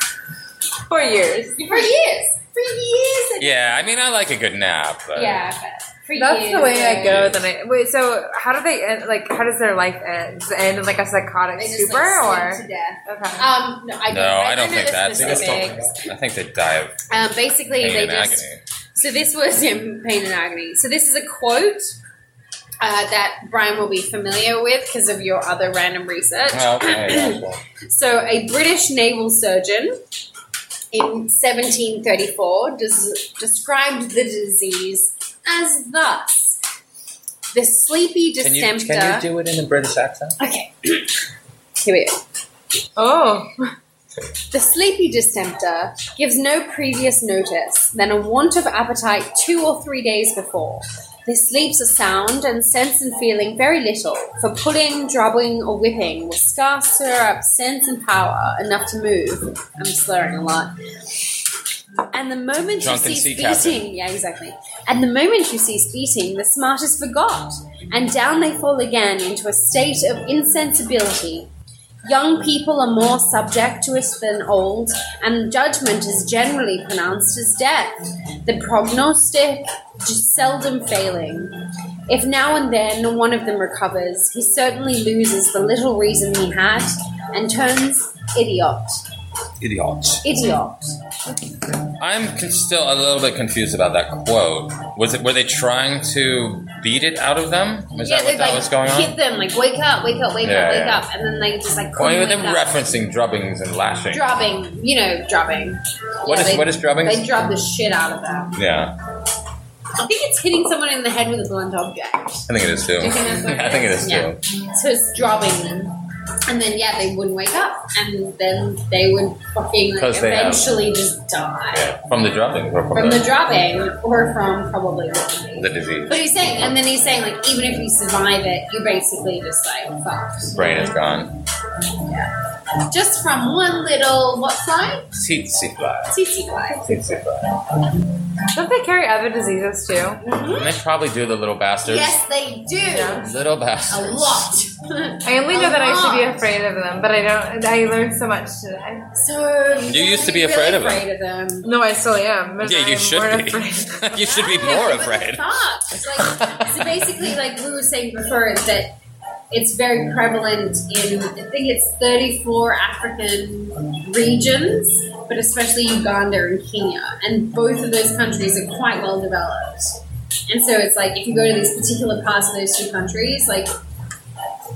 S4: Four years.
S2: for years. For years.
S1: Yeah, I mean I like a good nap. But
S2: Yeah, but for
S4: That's
S2: years.
S4: the way I
S2: uh,
S4: go. Then I wait. So how do they end? Like how does their life end? Does it end in like a psychotic
S2: They just
S4: stupor
S2: like,
S4: or?
S2: sleep to death.
S4: Okay.
S2: Um, no, I don't,
S1: No, I don't
S2: know
S1: think
S2: the
S1: that's-
S5: They just don't
S2: specifics.
S1: I think they die of
S2: Um, basically,
S1: pain
S2: they
S1: and
S2: just.
S1: agony.
S2: So this was in pain and agony. So this is a quote uh, that Brian will be familiar with because of your other random research.
S1: Oh, okay, yeah, sure.
S2: So a British naval surgeon in 1734 des- described the disease as thus: the sleepy
S1: Can you
S2: dissemptor.
S1: can you do it in a British accent?
S2: okay. Here we go.
S4: Oh.
S2: The sleepy distempter gives no previous notice than a want of appetite two or three days before. His sleeps are sound and sense and feeling very little, for pulling, drubbing, or whipping will scarce stir up sense and power enough to move. I'm slurring a lot. And the moment
S1: Drunken
S2: you cease
S1: sea
S2: eating,
S1: captain.
S2: yeah, exactly. And the moment you cease eating, the smart is forgot, and down they fall again into a state of insensibility, Young people are more subject to it than old, and judgment is generally pronounced as death, the prognostic just seldom failing. If now and then one of them recovers, he certainly loses the little reason he had and turns idiot.
S1: Idiot.
S2: Idiot.
S1: I'm con- still a little bit confused about that quote. Was it were they trying to beat it out of them? Is that what
S2: they
S1: that
S2: like
S1: was going
S2: hit
S1: on?
S2: them, like wake up, wake up, wake
S1: Yeah,
S2: up, wake
S1: yeah.
S2: up, and then they just like
S1: Well,
S2: couldn't
S1: they were
S2: wake up.
S1: referencing drubbings and lashing.
S2: drubbing, you know, drubbing.
S1: What
S2: yeah,
S1: is-
S2: they,
S1: what is drubbing?
S2: They drub the shit out of them.
S1: yeah,
S2: I think it's hitting someone in the head with a blunt object.
S1: I think it is too.
S2: Do you think that's what it
S1: I think it
S2: is?
S1: is
S2: Yeah.
S1: too.
S2: So it's dropping them. And then, yeah, they wouldn't wake up. And then they would fucking like,
S1: 'Cause they have-
S2: eventually just die
S1: Yeah, from the drubbing or from,
S2: from the
S1: the,
S2: dropping or from probably
S1: the,
S2: the
S1: disease.
S2: But he's saying, and then he's saying, like, even if you survive it, you're basically just like fucked.
S1: Brain is gone.
S2: Just from one little, what fly?
S1: Tsetse fly.
S2: Tsetse fly.
S1: Tsetse fly.
S4: Don't they carry other diseases too?
S1: And they probably do the little bastards.
S2: Yes, they do.
S4: Yeah.
S1: Little
S2: A
S1: bastards.
S2: lot.
S4: I only know that I should
S2: Come
S4: be
S2: on.
S4: afraid of them, but I don't. I learned so much today.
S2: so
S1: You used to be
S2: really
S1: afraid of them.
S2: afraid of them.
S4: No, I still am. but
S1: Yeah, you
S4: I'm
S1: should
S4: more
S1: be.
S4: afraid.
S1: you should be
S2: Yeah,
S1: more
S2: but
S1: afraid.
S2: Fuck. It's Like, so basically, like we were saying before, is that it's very prevalent in, I think it's 34 African regions, but especially Uganda and Kenya. And both of those countries are quite well developed. And so it's like, if you go to these particular parts of those two countries, like,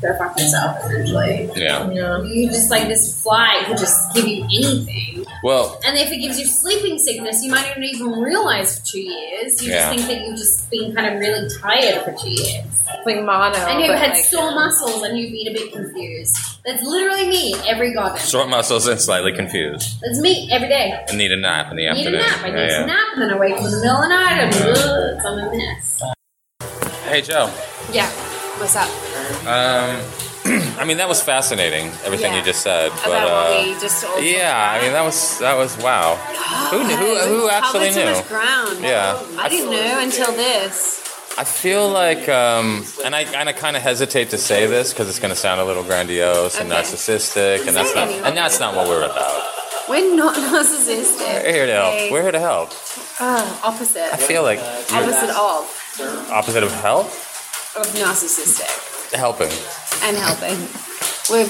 S2: go fuck yourself, essentially.
S1: Yeah.
S4: Yeah.
S2: You just like this fly could just give you anything.
S1: Well,
S6: And if it gives you sleeping sickness, you might not even realize for two years. You
S1: Yeah.
S6: just think that you've just been kind of really tired for two years.
S4: It's like mono.
S6: and
S2: Oh,
S6: you've
S4: but,
S6: had
S4: like,
S2: um,
S6: sore muscles and you've been a bit confused. That's literally me every goddamn.
S1: short muscles and slightly confused.
S6: That's me every day.
S1: I need a nap in the
S6: I need a
S1: afternoon.
S6: nap. I need
S1: Yeah,
S6: a nap, and then I wake up in the middle of the night and ugh, I'm a mess.
S1: yeah. Hey, Joe.
S4: yeah. What's up
S1: Um, I mean, that was fascinating. Everything
S4: Yeah.
S1: you just said, but
S4: about what
S1: uh,
S4: we just? all-
S1: yeah, I mean, that was that was wow. Who kn- who who actually
S2: covered so
S1: knew?
S2: much ground.
S1: Yeah.
S2: I didn't know until this.
S1: I feel like, um, and I and I kind of hesitate to say this because it's going to sound a little grandiose and
S4: Okay.
S1: narcissistic, and that's not and that's not what we're about.
S2: We're not narcissistic.
S1: We're here to help.
S4: Okay.
S1: We're here to help.
S2: Oh, opposite.
S1: I feel like
S2: Opposite of.
S1: opposite of help,
S2: Of narcissistic.
S1: helping.
S2: And helping. We're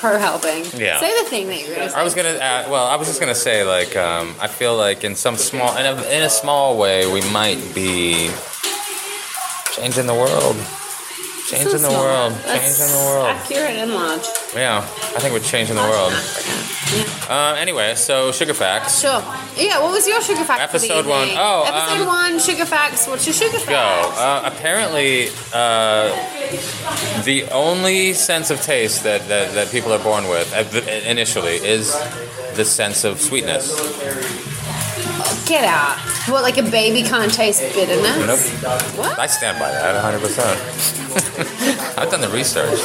S2: pro helping.
S1: Yeah.
S2: Say the thing that you were going to say.
S1: I was gonna. Add, well, I was just gonna say like um, I feel like in some small in a, in a small way we might be changing the world. Changing the
S2: Small.
S1: world.
S2: That's
S1: Changing the world.
S2: Accurate and large.
S1: Yeah, I think we're changing the world. Uh, anyway, so sugar facts.
S2: Sure. Yeah, what was your sugar fact for
S1: Episode
S2: the
S1: one.
S2: evening?
S1: Oh,
S2: Episode
S1: um,
S2: one, sugar facts. What's your sugar
S1: Go.
S2: fact?
S1: Uh, apparently, uh, the only sense of taste that, that, that people are born with uh, th- initially is the sense of sweetness.
S2: Get out. What, like a baby can't taste bitterness?
S1: Nope.
S2: What?
S1: I stand by that 100%. I've done the research.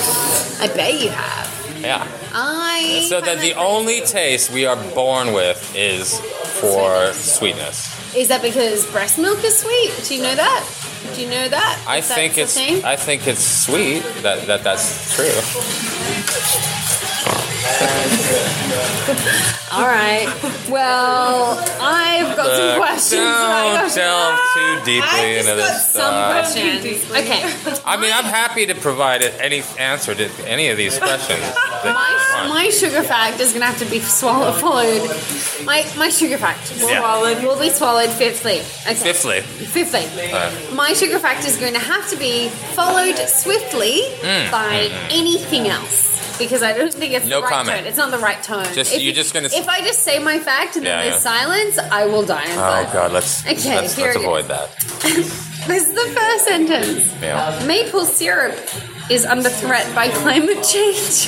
S2: I bet you have.
S1: Yeah.
S2: I.
S1: So that the only taste we are born with is for sweetness.
S2: Is that because breast milk is sweet? Do you know that? Do you know that?
S1: I
S2: If that's
S1: think
S2: a
S1: it's
S2: thing?
S1: I think it's sweet that, that that's true.
S2: All right. Well, I've got
S1: Look,
S2: some questions. that I
S1: Don't delve
S2: got-
S1: too deeply
S2: I've
S1: into this
S2: just got
S1: stuff.
S2: some questions. Okay.
S1: I mean, I'm happy to provide it- any answer to any of these questions. that you
S2: My,
S1: want.
S2: my sugar fact is going to have to be swallowed. Followed. My, my sugar fact.
S1: Yeah.
S2: Swallowed. Will be swallowed fifthly. Okay.
S1: Fifthly,
S2: Fifthly. my sugar fact is going to have to be followed swiftly by anything else. Because I don't think it's
S1: Mm. Mm-hmm. No
S2: the right
S1: comment.
S2: tone. It's not the right tone.
S1: Just- you're just gonna s-
S2: If I just say my fact and
S1: Yeah,
S2: then
S1: yeah.
S2: there's silence, I will die inside.
S1: oh god, let's
S2: Okay,
S1: let's,
S2: here
S1: let's
S2: it
S1: avoid that.
S2: This is the first sentence.
S1: Yeah.
S2: Maple syrup is under threat by climate change.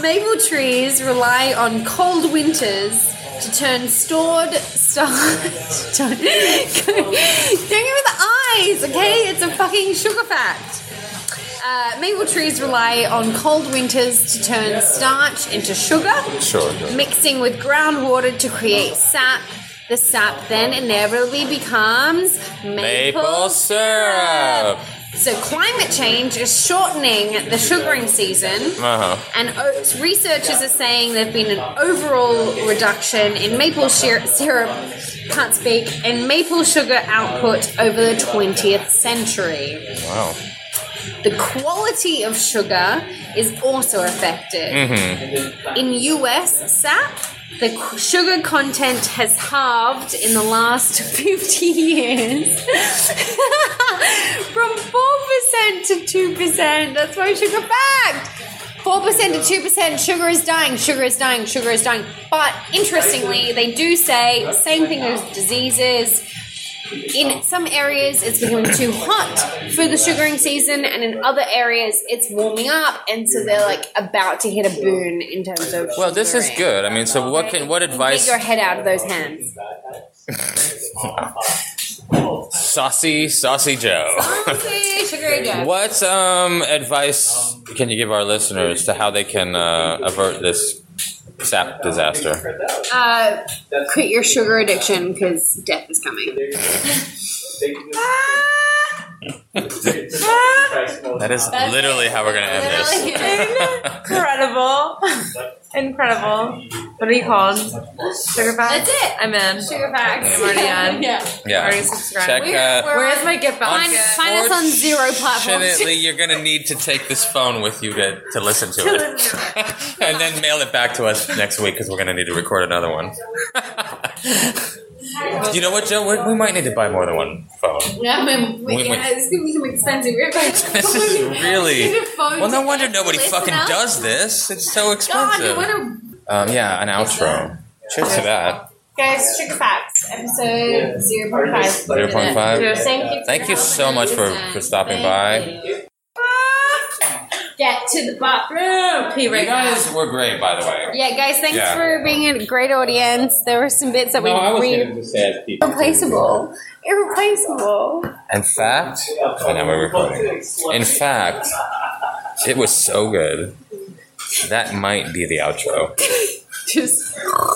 S2: Maple trees rely on cold winters to turn stored star. Don't don't give me the eyes, okay? It's a fucking sugar fact. Uh, maple trees rely on cold winters to turn starch into sugar,
S1: Sure, sure.
S2: mixing with groundwater to create sap. The sap then inevitably becomes maple,
S1: Maple syrup.
S2: So climate change is shortening the sugaring season.
S1: Uh huh.
S2: And oats, researchers are saying there's been an overall reduction in maple syrup, syrup can't speak, and maple sugar output over the 20th century.
S1: Wow.
S2: The quality of sugar is also affected. In US SAP, the qu- sugar content has halved in the last 50 years from 4% to 2%. That's my sugar fact. 4% to 2% sugar is dying, sugar is dying, sugar is dying. But interestingly, they do say same thing as diseases. In some areas, it's becoming too hot for the sugaring season, and in other areas, it's warming up, and so they're like about to hit a boon in terms of.
S1: Well, this is
S2: sugaring.
S1: good. I mean, so what can what
S2: Get
S1: advice?
S2: your head out of those hands.
S1: Saucy, saucy Joe.
S2: Sugary Joe.
S1: What um, advice can you give our listeners to how they can uh, avert this sap disaster?
S2: Uh, quit your sugar addiction because death is coming.
S5: Ah!
S1: That is literally how we're going to end this.
S4: Incredible. Incredible. What are you called? Sugar facts?
S6: That's it.
S4: I'm in.
S2: Sugar facts.
S4: I'm already on.
S1: Yeah.
S4: Already subscribed.
S1: Check.
S2: We're-
S1: Uh,
S2: we're
S4: Where's my gift box?
S2: Find- find us on zero platforms.
S1: Unfortunately, you're going to need to take this phone with you to, to listen to it. and then mail it back to us next week because we're going to need to record another one. you know what, Joe? we we might need to buy more than one phone.
S2: Yeah, I mean,
S1: We- we-
S2: yeah, it's gonna become expensive. We're gonna-
S1: This is really.
S2: Phone
S1: Well, no
S2: to
S1: wonder
S2: actually
S1: nobody
S2: listen
S1: fucking
S2: up.
S1: does this. It's so
S2: God,
S1: expensive.
S2: you want to
S1: Um, yeah, an outro. Cheers to that.
S2: Guys, Sugar Facts, episode 0.5.
S1: 0.5.
S2: Thank you.
S1: Thank you so much for, for stopping by.
S2: Get to the bathroom.
S4: Be
S1: You
S4: right back.
S1: guys were great, by the way.
S4: Yeah, guys, thanks
S1: Yeah.
S4: for being a great audience. There were some bits that
S1: No, I was
S4: we
S1: going
S4: were
S1: to just say as people.
S4: irreplaceable. Irreplaceable.
S1: In fact, oh, now we're recording. In fact, it was so good. That might be the outro.
S4: Just